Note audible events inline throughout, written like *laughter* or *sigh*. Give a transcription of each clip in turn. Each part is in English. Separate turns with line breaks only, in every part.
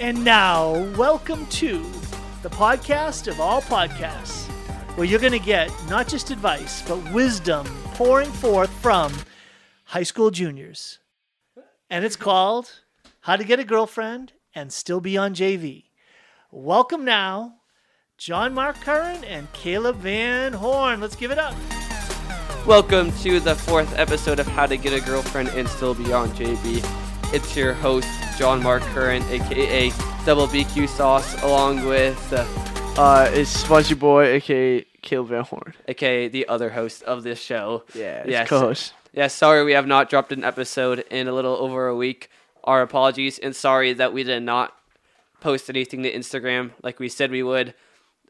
And now, welcome to the podcast of all podcasts, where you're going to get not just advice, but wisdom pouring forth from high school juniors. And it's called How to Get a Girlfriend and Still Be on JV. Welcome now, John Mark Curran and Caleb Van Horn. Let's give it up.
Welcome to the fourth episode of How to Get a Girlfriend and Still Be on JB. It's your host, John Mark Curran, aka Double BQ Sauce, along with uh,
Uh, it's Spongy Boy, aka Caleb Van Horn.
aka the other host of this show.
Yeah, it's
Yes.
co-host.
Yeah, sorry we have not dropped an episode in a little over a week. Our apologies, and sorry that we did not post anything to Instagram like we said we would.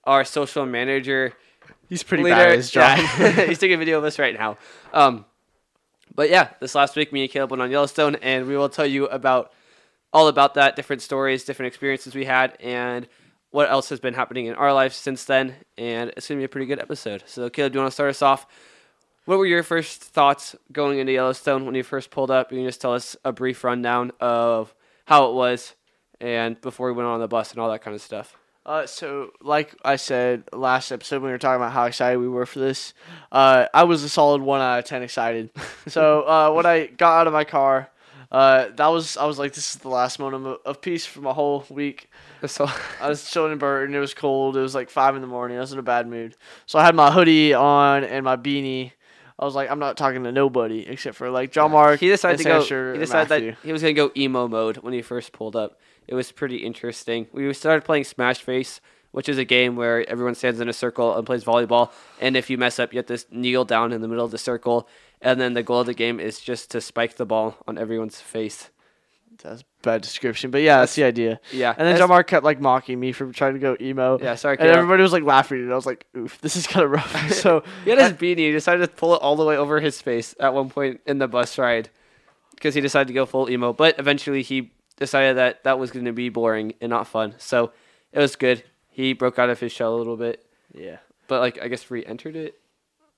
Our social manager
He's pretty
Later-
bad at his job. *laughs*
yeah. *laughs* He's taking a video of us right now. Um, but yeah, this last week, me and Caleb went on Yellowstone, and we will tell you about all about that, different stories, different experiences we had, and what else has been happening in our lives since then. And it's gonna be a pretty good episode. So, Caleb, do you want to start us off? What were your first thoughts going into Yellowstone when you first pulled up? You can just tell us a brief rundown of how it was, and before we went on the bus and all that kind of stuff.
Uh, so like I said last episode when we were talking about how excited we were for this, uh, I was a solid one out of ten excited. so uh, when I got out of my car, uh, that was I was like, this is the last moment of- of peace for my whole week.
So,
I was chilling in Burton. It was cold. It was like five in the morning. I was in a bad mood, so I had my hoodie on and my beanie. I was like, I'm not talking to nobody except for like John Mark.
he decided
and
to go.
Sasha
he
and
decided
Matthew.
that he was gonna go emo mode when he first pulled up. It was pretty interesting. We started playing Smash Face, which is a game where everyone stands in a circle and plays volleyball. And if you mess up, you have to kneel down in the middle of the circle. And then the goal of the game is just to spike the ball on everyone's face.
That's a bad description, but yeah, that's the idea.
yeah,
And then
that's-
John Mark kept like mocking me for trying to go emo.
Yeah, sorry,
And
Caleb.
everybody was like laughing, and I was like, "Oof, this is kind
*laughs*
of rough." so
He had his beanie. He decided to pull it all the way over his face at one point in the bus ride because he decided to go full emo. But eventually, he decided that that was going to be boring and not fun. So it was good. He broke out of his shell a little bit,
yeah,
but like I guess re-entered it.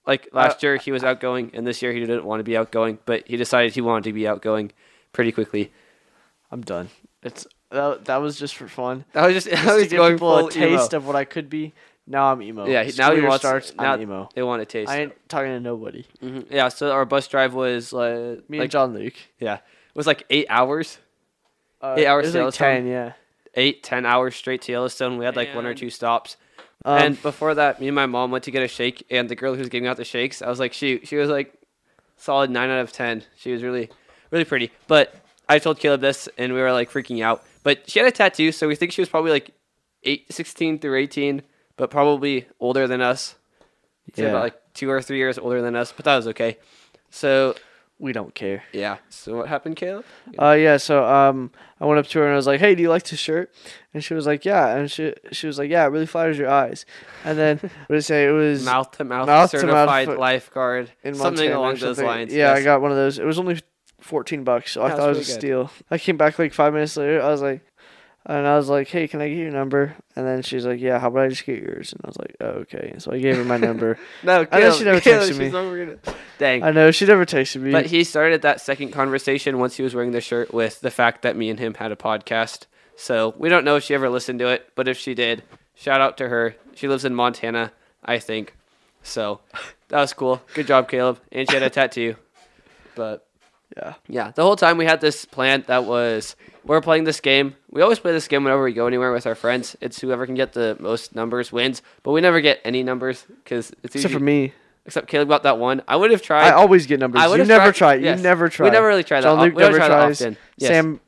Like last year, he was outgoing, and this year he didn't want to be outgoing, but he decided he wanted to be outgoing pretty quickly.
I'm done. It's that, that was just
*laughs*
for fun.
I was just, I
Just
was
to give
going
people
full
a taste
emo.
of what I could be. Now I'm emo.
yeah. he- Now
School
he
year
wants
starts.
now
I'm emo.
They want a taste.
I ain't talking to nobody.
hmm Yeah. So our bus drive was uh,
Me
like
and John Luke.
yeah, it was like eight hours.
Uh,
Eight hours
It was
to
like
Yellowstone.
ten. Yeah.
eight, ten hours straight to Yellowstone. We had like one or
And-
two stops.
Um,
and before that, me and my mom went to get a shake, and the girl who was giving out the shakes, I was like, she she was like solid nine out of ten. She was really, really pretty. But I told Caleb this, and we were like freaking out. But she had a tattoo, so we think she was probably like eight, 16 through eighteen, but probably older than us. So
Yeah.
about like two or three years older than us. But that was okay. So
we don't care.
yeah. So what happened, Caleb?
Uh, yeah. So um, I went up to her and I was like, "Hey, do you like this shirt?" And she was like, "Yeah." And she she was like, "Yeah, it really flatters your eyes." And then *laughs* what did I say? It was
Mouth to mouth
Mouth to mouth
certified
fo-
lifeguard,
in
something
Montana or
along those
something.
lines.
Yeah,
yes.
I got one of those. It was only fourteen bucks, so I
Yeah,
thought it
it's
was a
pretty
steal. I came back like five minutes later. I was like, and I was like, "Hey, can I get your number?" And then she's like, "Yeah, how about I just get yours?" And I was like, "Oh, okay." So I gave her
*laughs*
my number.
No,
I know she never
Caleb,
texted
she's
me.
never gonna- Dang.
I know she never texted me.
but he started that second conversation once he was wearing the shirt with the fact that me and him had a podcast. So we don't know if she ever listened to it, but if she did, shout out to her. She lives in Montana, I think. So that was cool. Good job, Caleb. And she had a tattoo. But
yeah,
yeah, the whole time we had this plan that was we're playing this game. We always play this game whenever we go anywhere with our friends. It's whoever can get the most numbers wins, but we never get any numbers because it's
except
usually-
for me,
except Caleb got that one. I would have tried.
I always get numbers.
I
you
would've
never
tried-
try. it.
yes.
You never
We
try.
never really try that
John
of-
Luke
we don't
never
try that
tries.
often. Yes.
Sam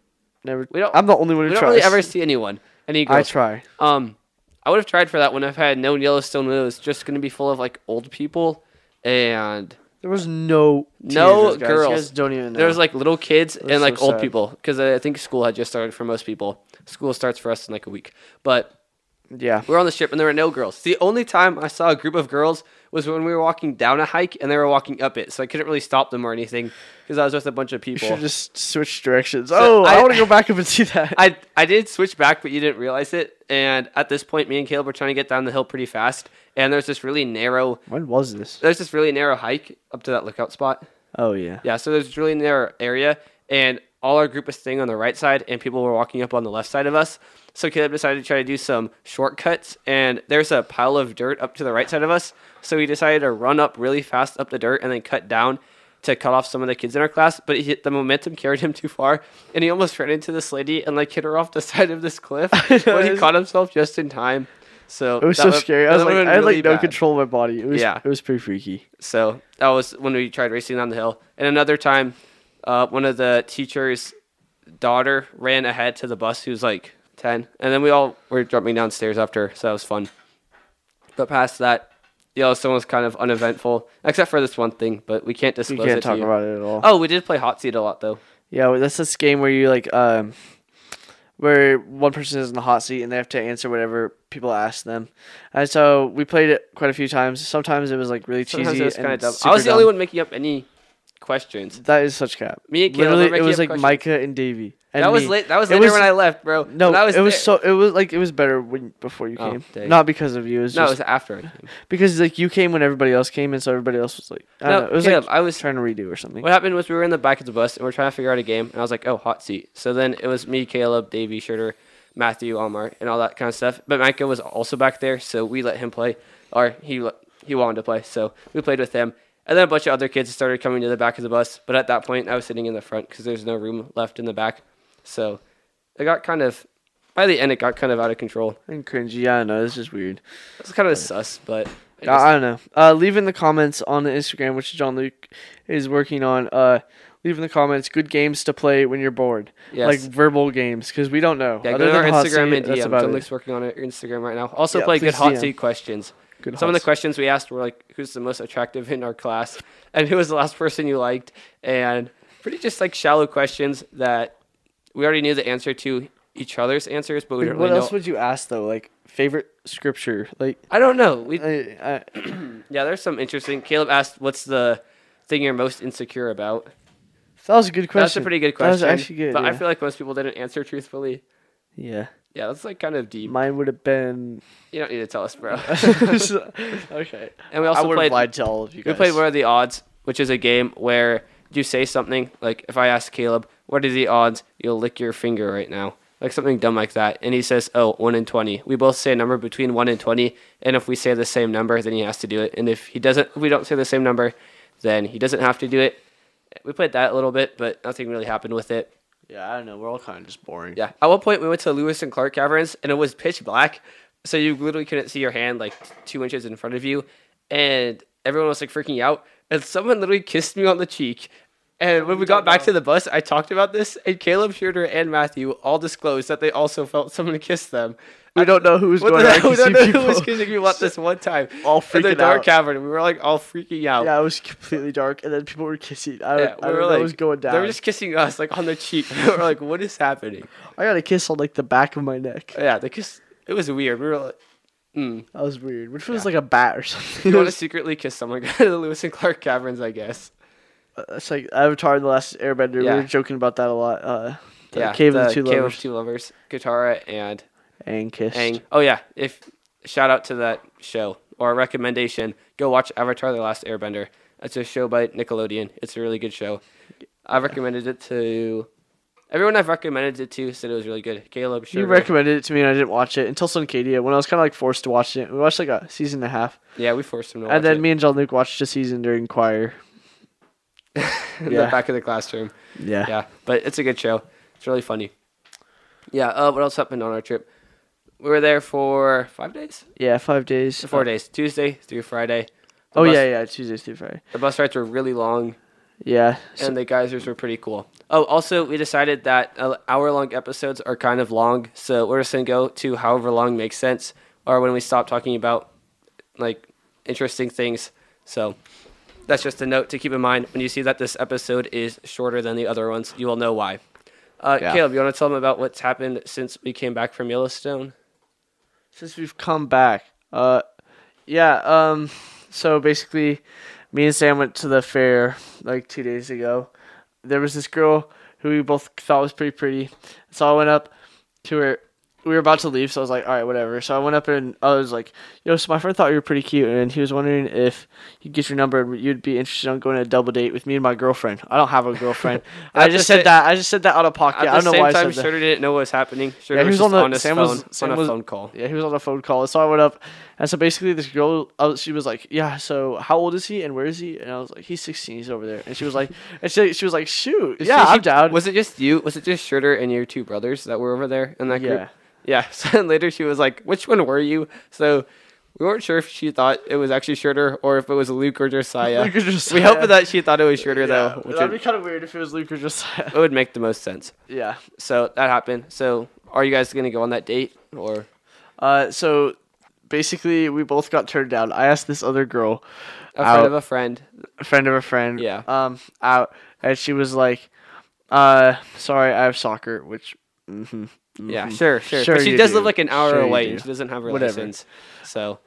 never.
We don't-
I'm the only one who
we
tries.
don't really ever see anyone. Any
I
girls.
try.
Um, I would have tried for that one if I had known Yellowstone was just going to be full of like old people and
There was no
No
teenagers, guys.
girls.
You guys don't even know.
there was like little kids and
so
like old
sad.
people because I think school had just started for most people. School starts for us in like a week, but *laughs*
yeah.
we were on the ship and there were no girls. The only time I saw a group of girls was when we were walking down a hike and they were walking up it, so I couldn't really stop them or anything because I was with a bunch of
You *laughs*
people.
should just switch directions. oh, I,
I-
want to go back up and see that.
I I did switch back, but you didn't realize it. And at this point, me and Caleb were trying to get down the hill pretty fast, and there's this really narrow.
when was this?
There's this really narrow hike up to that lookout spot.
Oh yeah.
Yeah, so there's this really narrow area, and all our group was staying on the right side, and people were walking up on the left side of us. So Caleb decided to try to do some shortcuts, and there's a pile of dirt up to the right side of us. So he decided to run up really fast up the dirt and then cut down to cut off some of the kids in our class. But he, the momentum *laughs* carried him too far, and he almost ran into this lady and like hit her off the *laughs* side of this cliff. but he
it's-
caught himself just in time. So
It was
that
so
would-
scary. I
that
was like,
would've been
I had like
really
no
bad.
control of my body. It was,
Yeah.
it was pretty freaky.
So that was when we tried racing down the hill. And another time, uh, one of the teacher's daughter ran ahead to the bus who was like 10. And then we all were jumping downstairs after, so that was fun. But past that, Yellowstone was kind of uneventful, except for this one thing, but we can't
You
disclose
can't
it
talk
to you.
about it at all.
Oh, we did play hot seat a lot though.
Yeah, well, that's this game where you like um where one person is in the hot seat and they have to answer whatever people ask them. And so we played it quite a few times. Sometimes it was like really
Sometimes
cheesy.
it was kind of
and
dumb. I
super
was the only
dumb.
one making up any questions.
That is such cap.
Me and Caleb were
Literally, it
making
was
up
like
questions.
Micah and Davey. And
that was
me.
late. That was
It
later
was-
when I left, bro.
*laughs* No,
When I was
it was
there-
so it was like it was better when before you
Oh,
came.
dang.
Not because of you. It was
no, it
just
was after. I came.
because like you came when everybody else came, and so everybody else was like, I don't
No,
know. It was
Caleb,
like
I was
trying to redo or something.
What happened was we were in the back of the bus and we are trying to figure out a game, and I was like, "Oh, hot seat." So then it was me, Caleb, Davey, Schurter, Matthew, Almar, and all that kind of stuff. But Micah was also back there, so we let him play, or he let- he wanted to play, so we played with him. And then a bunch of other kids started coming to the back of the bus, but at that point I was sitting in the front because there's no room left in the back. So it got kind of by the end it got kind of out of control.
And cringy. I don't know. This is weird.
It was kind of sus, but it
I-
just-
I don't know. Uh, leave in the comments on the Instagram, which John Luke is working on. Uh, leave in the comments good games to play when you're bored,
Yes.
like verbal games, because we don't know.
yeah,
Other
go to our
than hot
Instagram
seat,
and
that's
DM.
about
John
it.
Luke's working on it Instagram right now. Also
Yeah,
play good
please
hot
DM.
seat questions.
Good
Some of the
hot
questions we asked were like, who's the most attractive in our class? And who was the last person you liked? And pretty just like shallow questions that we already knew the answer to each other's answers, but we
seat.
didn't
What
really know.
else would you ask though? Like favorite scripture? Like
I don't know. We,
I, I,
yeah, there's some interesting. Caleb asked, what's the thing you're most insecure about?
that was a good question.
That's a pretty good question.
That was actually good.
But I
yeah.
feel like most people didn't answer truthfully.
yeah,
Yeah, that's like kind of deep.
mine would
*laughs*
have been.
You don't need to tell us,
*laughs*
bro.
okay,
and we
I
also
would have
played
lied to all of you
We
guys.
played What Are the Odds, which is a game where you say something, like if I ask Caleb, what are the odds you'll lick your finger right now? Like something dumb like that. And he says, oh, 1 in 20. We both say a number between 1 and 20. And if we say the same number, then he has to do it. And if he doesn't, if we don't say the same number, then he doesn't have to do it. We played that a little bit, but nothing really happened with it.
Yeah, I don't know. We're all kind of just boring.
Yeah. At one point, we went to Lewis and Clark Caverns, and it was pitch black, so you literally couldn't see your hand like two inches in front of you, and everyone was like freaking out, and someone literally kissed me on the cheek. And when we got back to the bus, I talked about this, and Caleb Schurter and Matthew all disclosed that they also felt someone kiss them.
We don't know who was
What
going
the
around *laughs*
hell? We don't
kissing
know
people.
who was kissing people at this
*laughs*
one time.
All
in the
freaking
dark
out.
cavern. We were like all freaking out.
Yeah, it was completely dark, and then people were kissing. I,
Oh. Yeah,
I don't know what was going
They
down.
were just kissing us like on the cheek. *laughs* we were like, "What is happening?"
I got a kiss on like the back of my neck.
Yeah, they kissed. It was weird. We were like, mm.
That was weird, which was like a bat or *laughs*
you
something. It
want to
was,
secretly kiss someone, *laughs* go to the Lewis and Clark caverns, I guess.
it's like Avatar: and The Last Airbender.
Yeah.
We were joking about that a lot. Uh, the Cave of the Two
Cave of
Lovers
Two Lovers, Katara and
and Kiss.
Aang. Oh yeah, if shout out to that show or a recommendation, go watch Avatar: The Last Airbender. It's a show by Nickelodeon. It's a really good show. I've recommended it to everyone. I've recommended it to said it was really good. Caleb,
You
sure.
recommended it to me, and I didn't watch it until Suncadia. When I was kind of like forced to watch it, we watched like a season and a half,
yeah, we forced him to. Watch
and then
it
me and John Luke watched a season during choir.
in the
yeah.
back of the
*laughs*
classroom.
Yeah.
yeah, but it's a good show. It's really funny. Yeah. Uh, what else happened on our trip? We were there for five days,
Yeah, five days.
four days, Tuesday through Friday. The
Oh
bus-
yeah, yeah, Tuesdays through Friday.
The bus rides were really long,
Yeah, so-
and the geysers were pretty cool. Oh, also, we decided that uh, hour-long episodes are kind of long, so we're just gonna go to however long makes sense, or when we stop talking about like interesting things. So. That's just a note to keep in mind. When you see that this episode is shorter than the other ones, you will know why. Uh,
Yeah.
Caleb, you want to tell them about what's happened since we came back from Yellowstone?
since we've come back. Uh, yeah. Um, so basically, me and Sam went to the fair like two days ago. There was this girl who we both thought was pretty pretty, so I went up to her we were about to leave, so I was like, all right, whatever. So I went up and I was like, yo, so my friend thought you were pretty cute, and he was wondering if you'd get your number and you'd be interested on going on a double date with me and my girlfriend. I don't have a girlfriend.
*laughs*
I
At
just
the
said
sa-
that. I just said that out of pocket.
At the
I don't know
same
why I
time,
said that.
Schroeder didn't know what was happening. Schroeder
Yeah, he was on
just
the-
his
Sam was-
phone
Sam
on a
was-
phone call.
Yeah, he was on a phone call. So I went up, and so basically this girl, I was, she was like, "Yeah, so how old is he and where is he?" And I was like, "He's 16. He's over there." And she was like, *laughs* "And she, she was like, shoot, yeah,
She-
I'm
she-
down."
Was it just you? Was it just Schroeder and your two brothers that were over there in that group?
Yeah.
Yeah. *laughs* So then later she was like, "Which one were you?" So we weren't sure if she thought it was actually Schroeder or if it was Luke or Josiah.
*laughs* Luke or Josiah.
We hope that she thought it was Schroeder
yeah,
though, which
that'd
would,
be kind of weird if it was Luke or *laughs* Josiah.
it would make the most sense.
yeah.
So that happened. So are you guys gonna go on that date or?
Uh, so basically, we both got turned down. I asked this other girl,
A friend
Out.
of a friend.
a friend of a friend,
Yeah.
um, out, and she was like, "Uh, sorry, I have soccer," which. hmm
Yeah, sure, sure.
Sure
but she
you
does
do.
live like an hour
Sure you
away
do.
and she doesn't have her
Whatever.
license. So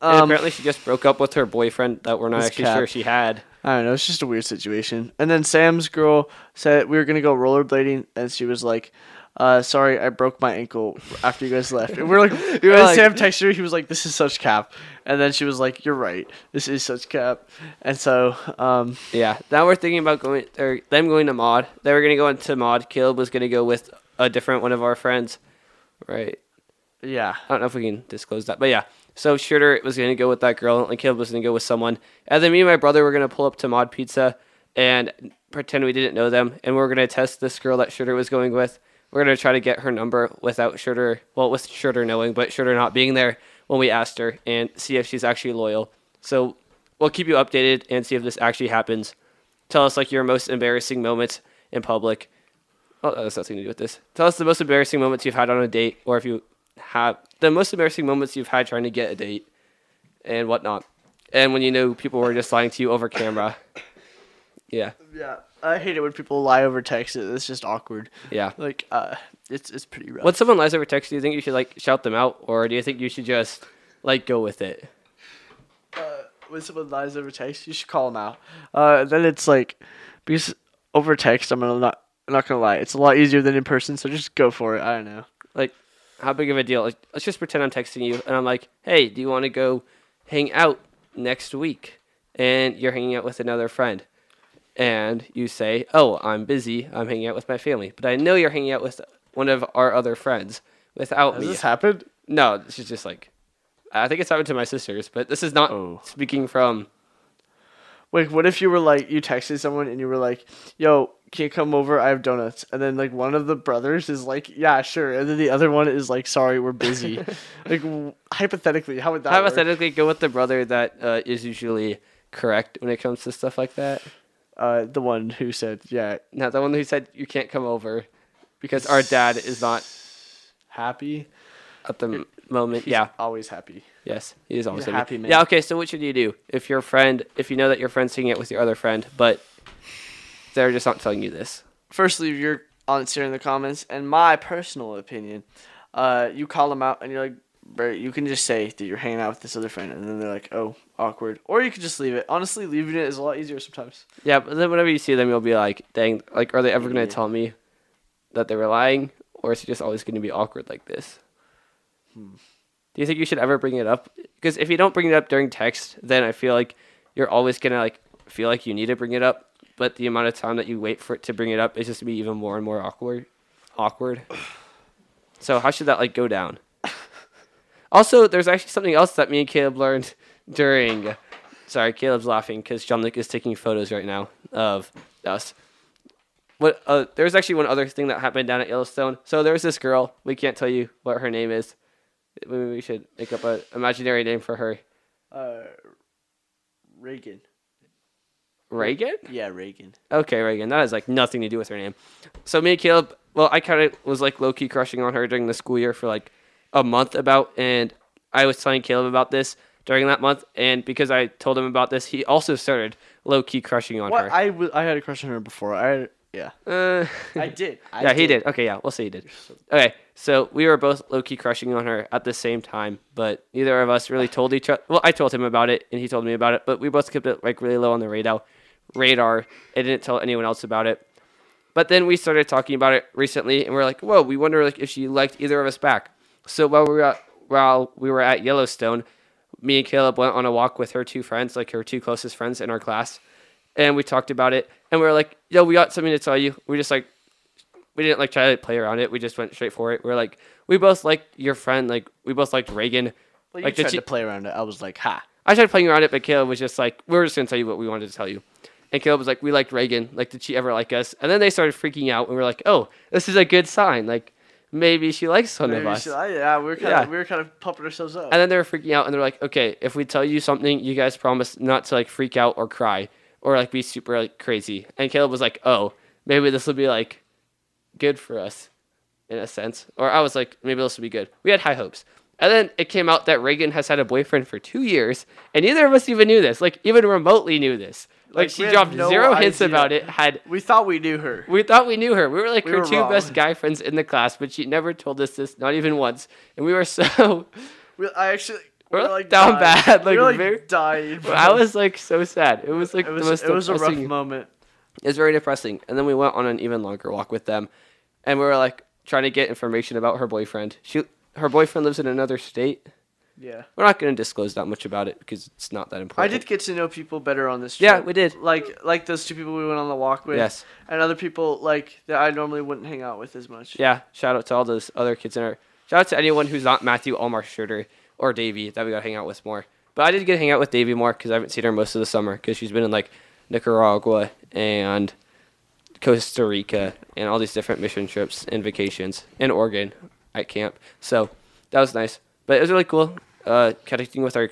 and
Um,
apparently she just broke up with her boyfriend that we're not
This
actually
cat.
sure she had.
I don't know. It's just a weird situation. And then Sam's girl said we were gonna go rollerblading, and she was like, uh, "Sorry, I broke my ankle after you guys left." And we're
*laughs*
like,
were
and
like-
Sam texted her. He was like, "This is such cap," and then she was like, "You're right. This is such cap." And so, um,
Yeah. Now we're thinking about going or them going to mod. They were gonna go into mod. Caleb was gonna go with a different one of our friends. Right.
yeah,
I don't know if we can disclose that, but yeah. So Schroeder was gonna go with that girl, and Caleb was gonna go with someone, and then me and my brother were gonna pull up to Mod Pizza and pretend we didn't know them, and we are gonna test this girl that Schroeder was going with. We're gonna try to get her number without Schroeder, well, with Schroeder knowing, but Schroeder not being there when we asked her, and see if she's actually loyal. So we'll keep you updated and see if this actually happens. Tell us like your most embarrassing moments in public. Oh, that has nothing to do with this. Tell us the most embarrassing moments you've had on a date, or if you have the most embarrassing moments you've had trying to get a date and whatnot. And when you know people were just lying to you over camera. *coughs* Yeah.
yeah. I hate it when people lie over text. It- It's just awkward.
Yeah.
Like, uh, it's it's pretty rough.
When someone lies over text, do you think you should like shout them out, or do you think you should just like go with it?
when someone lies over text, you should call them out. Uh, then it's like because over text, I'm gonna not I'm not gonna lie, it's a lot easier than in person. So just go for it. I don't know.
Like, how big of a deal? Like, let's just pretend I'm texting you and I'm like, hey, do you want to go hang out next week? And you're hanging out with another friend. And you say, oh, I'm busy. I'm hanging out with my family. But I know you're hanging out with one of our other friends without
Has
me.
this happened?
No, this is just like, I think it's happened to my sisters, but this is not
Oh.
speaking from.
Like, what if you were like you texted someone and you were like, "Yo, can you come over? I have donuts." And then like one of the brothers is like, "Yeah, sure," and then the other one is like, "Sorry, we're *laughs* busy." like w- hypothetically, how would that? Work?
Hypothetically, go with the brother that uh, is usually correct when it comes to stuff like that.
Uh, the one who said, "Yeah,
Not the one who said you can't come over because our dad is not
happy."
at the m- moment. Yeah.
Always happy.
Yes, he is always
a
gonna be-
happy man.
Yeah. Okay. So what should you do if your friend, if you know that your friend's hanging out with your other friend, but they're just not telling you this?
first leave your answer in the comments and my personal opinion uh, you call them out and you're like bro you can just say that you're hanging out with this other friend and then they're like oh awkward or you can just leave it honestly leaving it is a lot easier sometimes
Yeah. But then whenever you see them, you'll be like, "Dang! Like, are they ever gonna
Mhm.
tell me that they were lying, or is it just always gonna be awkward like this?" Do you think you should ever bring it up? Because if you don't bring it up during text, then I feel like you're always gonna like feel like you need to bring it up. But the amount of time that you wait for it to bring it up is just gonna be even more and more awkward. Awkward. So how should that like go down? Also, there's actually something else that me and Caleb learned during. Sorry, Caleb's laughing because John Luke is taking photos right now of us. What? Uh, there was actually one other thing that happened down at Yellowstone. So there was this girl. We can't tell you what her name is. Maybe we should make up an imaginary name for her.
uh, reagan
Reagan?
yeah reagan
Okay, Reagan. That has like nothing to do with her name. So me and Caleb, well, I kind of was like low key crushing on her during the school year for like a month about, and I was telling Caleb about this during that month, and because I told him about this, he also started low key crushing on
what
her.
I w- I had a crush on her before i yeah
Uh,
i did
*laughs*
I
yeah, he did. Okay, yeah, we'll say he did. Okay, so we were both low key crushing on her at the same time, but neither of us really told each other. Well, I told him about it, and he told me about it, but we both kept it like really low on the radar. Radar. I didn't tell anyone else about it. But then we started talking about it recently, and we're like, "Whoa, we wonder like if she liked either of us back." So while we were at, while we were at Yellowstone, me and Caleb went on a walk with her two friends, like her two closest friends in our class, and we talked about it. And we were like, "Yo, we got something to tell you." We just like we didn't like try to play around it. We just went straight for it. We are like, "We both like your friend. Like we both liked Reagan."
Well, you
like, did
tried
she-
to play around it. I was like, ha.
I tried playing around it, but Caleb was just like, "We're just gonna tell you what we wanted to tell you." And Caleb was like, "We liked Reagan. Like, did she ever like us?" And then they started freaking out, and we are like, "Oh, this is a good sign. Like, maybe she likes one of
Maybe
us."
she- yeah, we were kind of
Yeah.
we were kind of pumping ourselves up.
And then they were freaking out, and they're like, "Okay, if we tell you something, you guys promise not to like freak out or cry or like be super like crazy." And Caleb was like, "Oh, maybe this will be like good for us, in a sense." Or I was like, "Maybe this will be good." We had high hopes. And then it came out that Reagan has had a boyfriend for two years, and neither of us even knew this. Like even remotely knew this. Like,
Like, we
she
had
dropped
no
zero hints
idea.
about it. Had
we thought we knew her.
we thought we knew her. We were like
We
her
were
two
wrong.
best guy friends in the class, but she never told us this, not even once. And we were *laughs* so
We, I actually
We're,
we
like, down bad, *laughs*
we
like,
were, like
very-
dying.
But I was like so sad. It was like
it was,
the most
it was a rough
depressing.
moment.
it was very depressing. And then we went on an even longer walk with them, and we were like trying to get information about her boyfriend. She her boyfriend lives in another state.
Yeah.
We're not going to disclose that much about it because it's not that
I
important.
did get to know people better on this trip.
Yeah, we did.
Like like those two people we went on the walk with.
Yes.
And other people like that I normally wouldn't hang out with as much.
Yeah. Shout out to all those other kids in our. Shout out to anyone who's not Matthew Allmark Schroeder or Davey that we got to hang out with more. But I did get to hang out with Davey more because I haven't seen her most of the summer because she's been in like Nicaragua and Costa Rica and all these different mission trips and vacations in Oregon at camp. So that was nice. But it was really cool uh, connecting with our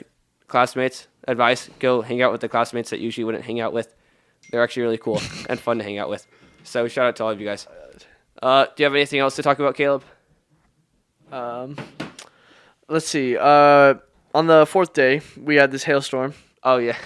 classmates. Advice go hang out with the classmates that you usually wouldn't hang out with. They're actually really cool and fun to hang out with. So shout out to all of you guys. Uh, do you have anything else to talk about, Caleb?
Um let's see. Uh on the fourth day we had this hailstorm.
Oh yeah,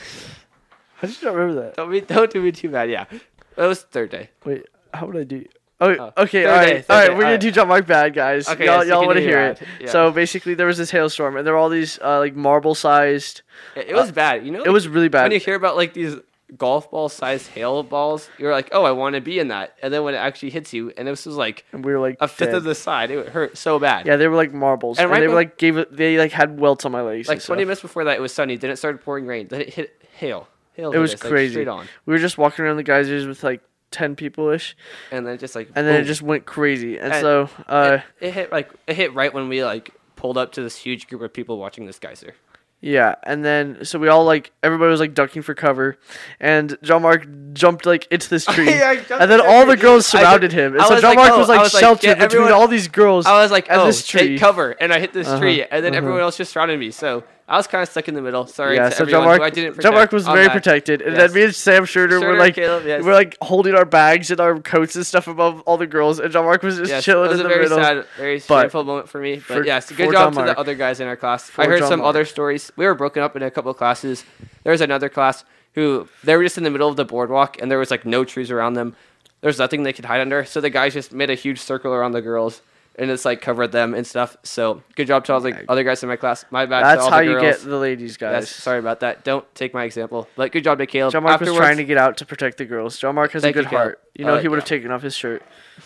*laughs*
I just don't remember that.
don't be, don't do me too bad. Yeah, it was third day.
Wait, how would I do? Oh,
Oh,
okay,
third
all right,
day, third
all right.
day,
We're
all
gonna
right.
do John Mark bad, guys.
Okay,
y'all,
yes, you
y'all
can
want to
do
hear
that.
it.
Yeah.
So basically, there was this hailstorm, and there were all these uh, like marble-sized.
It, it was bad. You know,
Uh, It was really bad.
when you hear about like these golf ball sized hail balls, you're like, oh, I want to be in that. And then when it actually hits you, and this was like
and we were like
a fifth of
dead.
the side, it hurt so bad.
Yeah, they were like marbles,
And
and,
right
they were
bef-
like gave it. They like had welts on my legs.
like 20
and stuff.
minutes before that, it was sunny. Then it started pouring rain. Then it hit hail. Hail.
It
hit
was
us, like,
crazy.
straight on.
we were just walking around the geysers with like ten people ish,
And then it just like.
and then it
boom.
just went crazy. And,
And
so, uh,
It, it hit like it hit right when we like pulled up to this huge group of people watching this geyser.
yeah, and then so we all like everybody was like ducking for cover, and John Mark jumped like
*laughs*
into this tree,
Yeah, I jumped
and then
in
all
there.
the girls
I
surrounded
did-
him. And
I
so
was
John
like,
Mark
oh,
was
I
like
was like,
sheltered
get
between
everyone-
all these girls.
I was like,
and
oh,
this tree.
take cover, and I hit this
Uh-huh,
tree, and then
uh-huh.
everyone else just surrounded me. So I was kind of stuck in the middle. Sorry
yeah,
to
so John
everyone
Mark,
who I didn't.
John Mark
protect
was
on
very
that.
protected, and
Yes.
then me and Sam Schroeder
Schroeder,
were like,
Caleb, yes.
we're like holding our bags and our coats and stuff above all the girls, and John Mark was just
Yes,
chilling
it was
in
a
the
very
middle.
sad, very
But-
shameful moment for me. But
for-
yes,
for
good job
John
to
Mark.
the other guys in our class.
For
I heard
John
some
Mark.
other stories. We were broken up in a couple of classes. There was another class who they were just in the middle of the boardwalk, and there was like no trees around them. There's nothing they could hide under. So the guys just made a huge circle around the girls. And it's like covered them and stuff. So good job to all the other guys in my class. My bad. to
That's
all
how
the
you
girls.
get the ladies, guys.
Yes, sorry about that. Don't take my example. But good job to Caleb.
John Mark was
Afterwards-
trying to get out to protect the girls. John Mark has
Thank
a
you,
good
Caleb.
heart. You know,
Uh,
he would have
yeah.
taken off his shirt.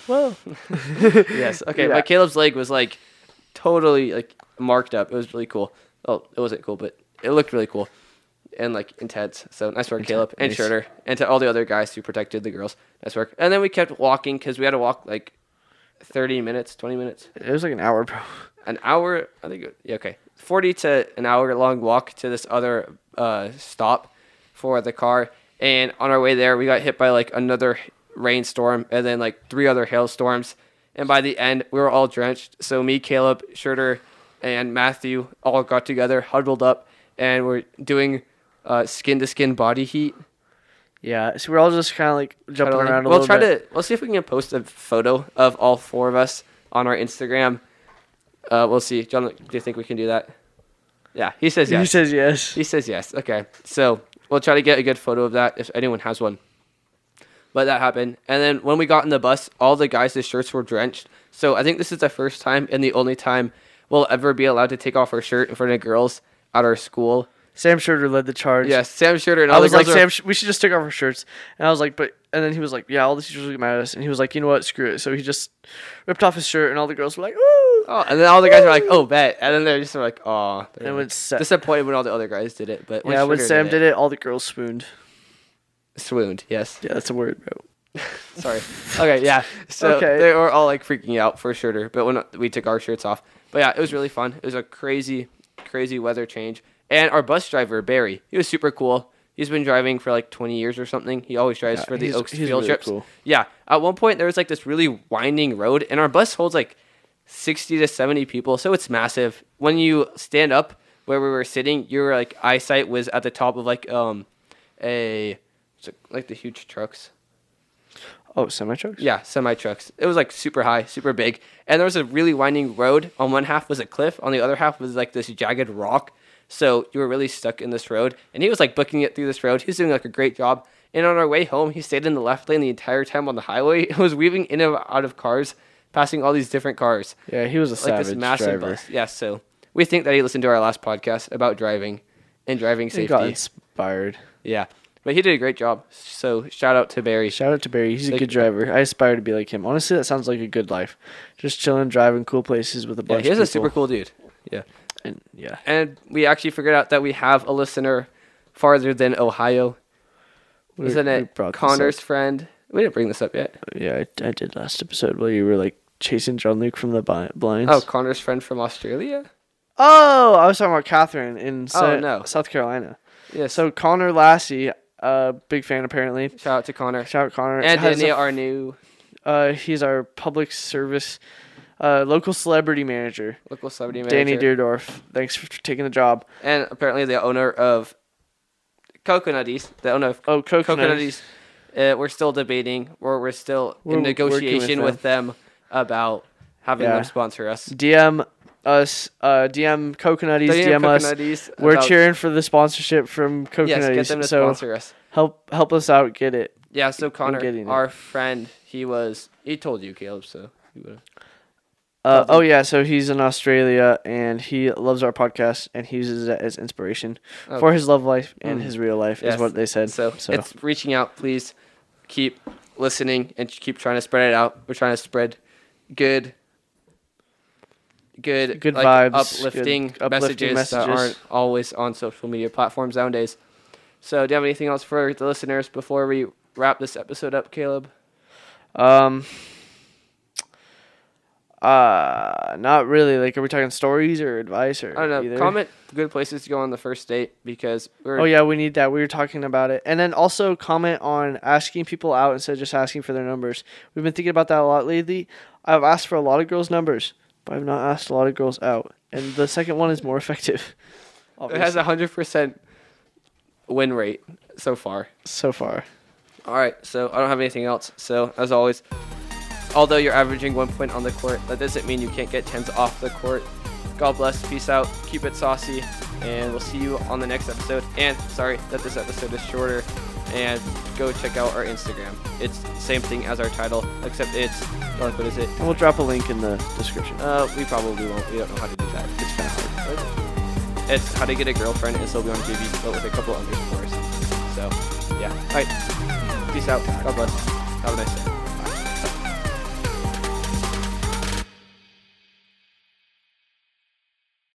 Well,
Yes. Okay.
Yeah.
But Caleb's leg was like totally like marked up. It was really cool. Well, it wasn't cool, but it looked really cool and like intense. So nice work, Caleb and
Nice.
Schroeder, and to all the other guys who protected the girls. Nice work. And then we kept walking because we had to walk like thirty minutes, twenty minutes,
It was like an hour, bro.
an hour. I think. it- Yeah. Okay. Forty to an hour long walk to this other uh, stop for the car. And on our way there, we got hit by like another rainstorm and then like three other hailstorms. And by the end, we were all drenched. So me, Caleb, Schroeder, and Matthew all got together, huddled up, and we're doing uh, skin to skin body heat.
Yeah, so we're all just kind of like jumping
Cuddling.
around a
we'll
little
try
bit.
to. We'll see if we can post a photo of all four of us on our Instagram. Uh, we'll see. John, do you think we can do that? Yeah, he says yes.
He says yes.
He says yes. Okay. So we'll try to get a good photo of that if anyone has one. But that happened. And then when we got in the bus, all the guys' shirts were drenched. So I think this is the first time and the only time we'll ever be allowed to take off our shirt in front of girls at our school
Sam Schroeder led the charge.
Yeah, Sam Schroeder and all
I was
the
like,
girls were-
Sam, sh- we should just take off our shirts. And I was like, but, and then he was like, yeah, all the teachers will get mad at us. And he was like, you know what, screw it. So he just ripped off his shirt, and all the girls were like, ooh.
Oh, and then all the guys were like, "Oh, bet," and then they're just like, "Oh." They're
And when Sa-
disappointed when all the other guys did it, but
yeah, when
Schroeder
Sam did it, all the girls swooned.
swooned. Yes,
Yeah, that's a word, bro.
sorry. Okay, yeah. So
Okay.
they were all like freaking out for Schroeder, but when we took our shirts off, but yeah, it was really fun. It was a crazy, crazy weather change, and our bus driver Barry, he was super cool. He's been driving for like 20 years or something. He always drives
Yeah,
for the
he's-
Oaks
he's
field
really
trips.
cool.
Yeah. At one point, there was like this really winding road, and our bus holds like 60 to 70 people, so it's massive. When you stand up where we were sitting, your like eyesight was at the top of like um a it's like- like the huge trucks.
Oh, semi trucks?
Yeah, semi trucks. It was like super high, super big, and there was a really winding road. On one half was a cliff, on the other half was like this jagged rock. So you were really stuck in this road, and he was like booking it through this road. He was doing like a great job. And on our way home, he stayed in the left lane the entire time on the highway. *laughs* He was weaving in and out of cars, passing all these different cars.
Yeah, he was a
like
savage
this massive
driver.
bus. Yeah, so we think that he listened to our last podcast about driving and driving
He
safety.
got inspired.
Yeah, but he did a great job. So shout out to Barry.
Shout out to Barry. He's a
Like-
good driver. I aspire to be like him. Honestly, that sounds like a good life. Just chilling, driving cool places with a
Yeah,
bunch
he is
of
a super
people.
cool dude. Yeah.
And, yeah.
and we actually figured out that we have a listener farther than Ohio.
We-
Isn't
we
it
brought this
Connor's friend? We didn't bring this up yet.
up. Yeah, I, I did last episode while you were like chasing John Luke from the bi- blinds.
Oh, Connor's friend from Australia.
Oh, I was talking about Catherine in Sa-
Oh, no.
South Carolina.
Yeah, so
So Connor Lassie, uh, big fan apparently.
shout out to Connor
Shout out Connor.
and
Has
Danny,
a-
our new
uh, he's our public service, uh, local celebrity manager,
local celebrity manager.
Danny Deerdorf. Thanks for taking the job.
and apparently the owner of Coconutties, the owner of
Oh, Coconutties.
Coconutties. Uh, we're still debating, or we're still
We're
in
working with
negotiation with them, about having
Yeah.
them sponsor us.
DM us, uh, DM Coconutties, DM, us.
Coconutties
We're
about-
cheering for the sponsorship from Coconutties.
Yes, get them to
so
sponsor us.
help help us out, get it.
Yeah, so
getting
Connor,
it.
our friend, he was. He told you, Caleb. So you would.
Uh, oh yeah, so he's in Australia and he loves our podcast and he uses it as inspiration for his love life and his real life
Oh. Mm. Yes.
is what they said.
So, it's reaching out. Please keep listening and keep trying to spread it out. We're trying to spread good, good,
Good
like,
vibes, good
uplifting,
uplifting
messages, that
messages.
aren't always on social media platforms nowadays. So, do you have anything else for the listeners before we wrap this episode up, Caleb?
um uh not really. Like are we talking stories or advice or
I don't know.
either?
Comment good places to go on the first date because we're
Oh yeah, we need that. We were talking about it. And then also comment on asking people out instead of just asking for their numbers. We've been thinking about that a lot lately. I've asked for a lot of girls' numbers, but I've not asked a lot of girls out. And the second one is more effective. *laughs*
it has
Obviously,
a hundred percent win rate so far.
so far.
All right, so I don't have anything else. So as always, although you're averaging one point on the court, that doesn't mean you can't get tens off the court. God bless, peace out, keep it saucy, and we'll see you on the next episode. And sorry that this episode is shorter. And go check out our Instagram. It's same thing as our title, except it's like what is it?
And we'll drop a link in the description.
Uh, we probably won't. We don't know how to do that. It's kind of hard. It's how to get a girlfriend and still be on TV, but with a couple underscores. So, yeah. All right. Peace out. God bless. Have a nice day.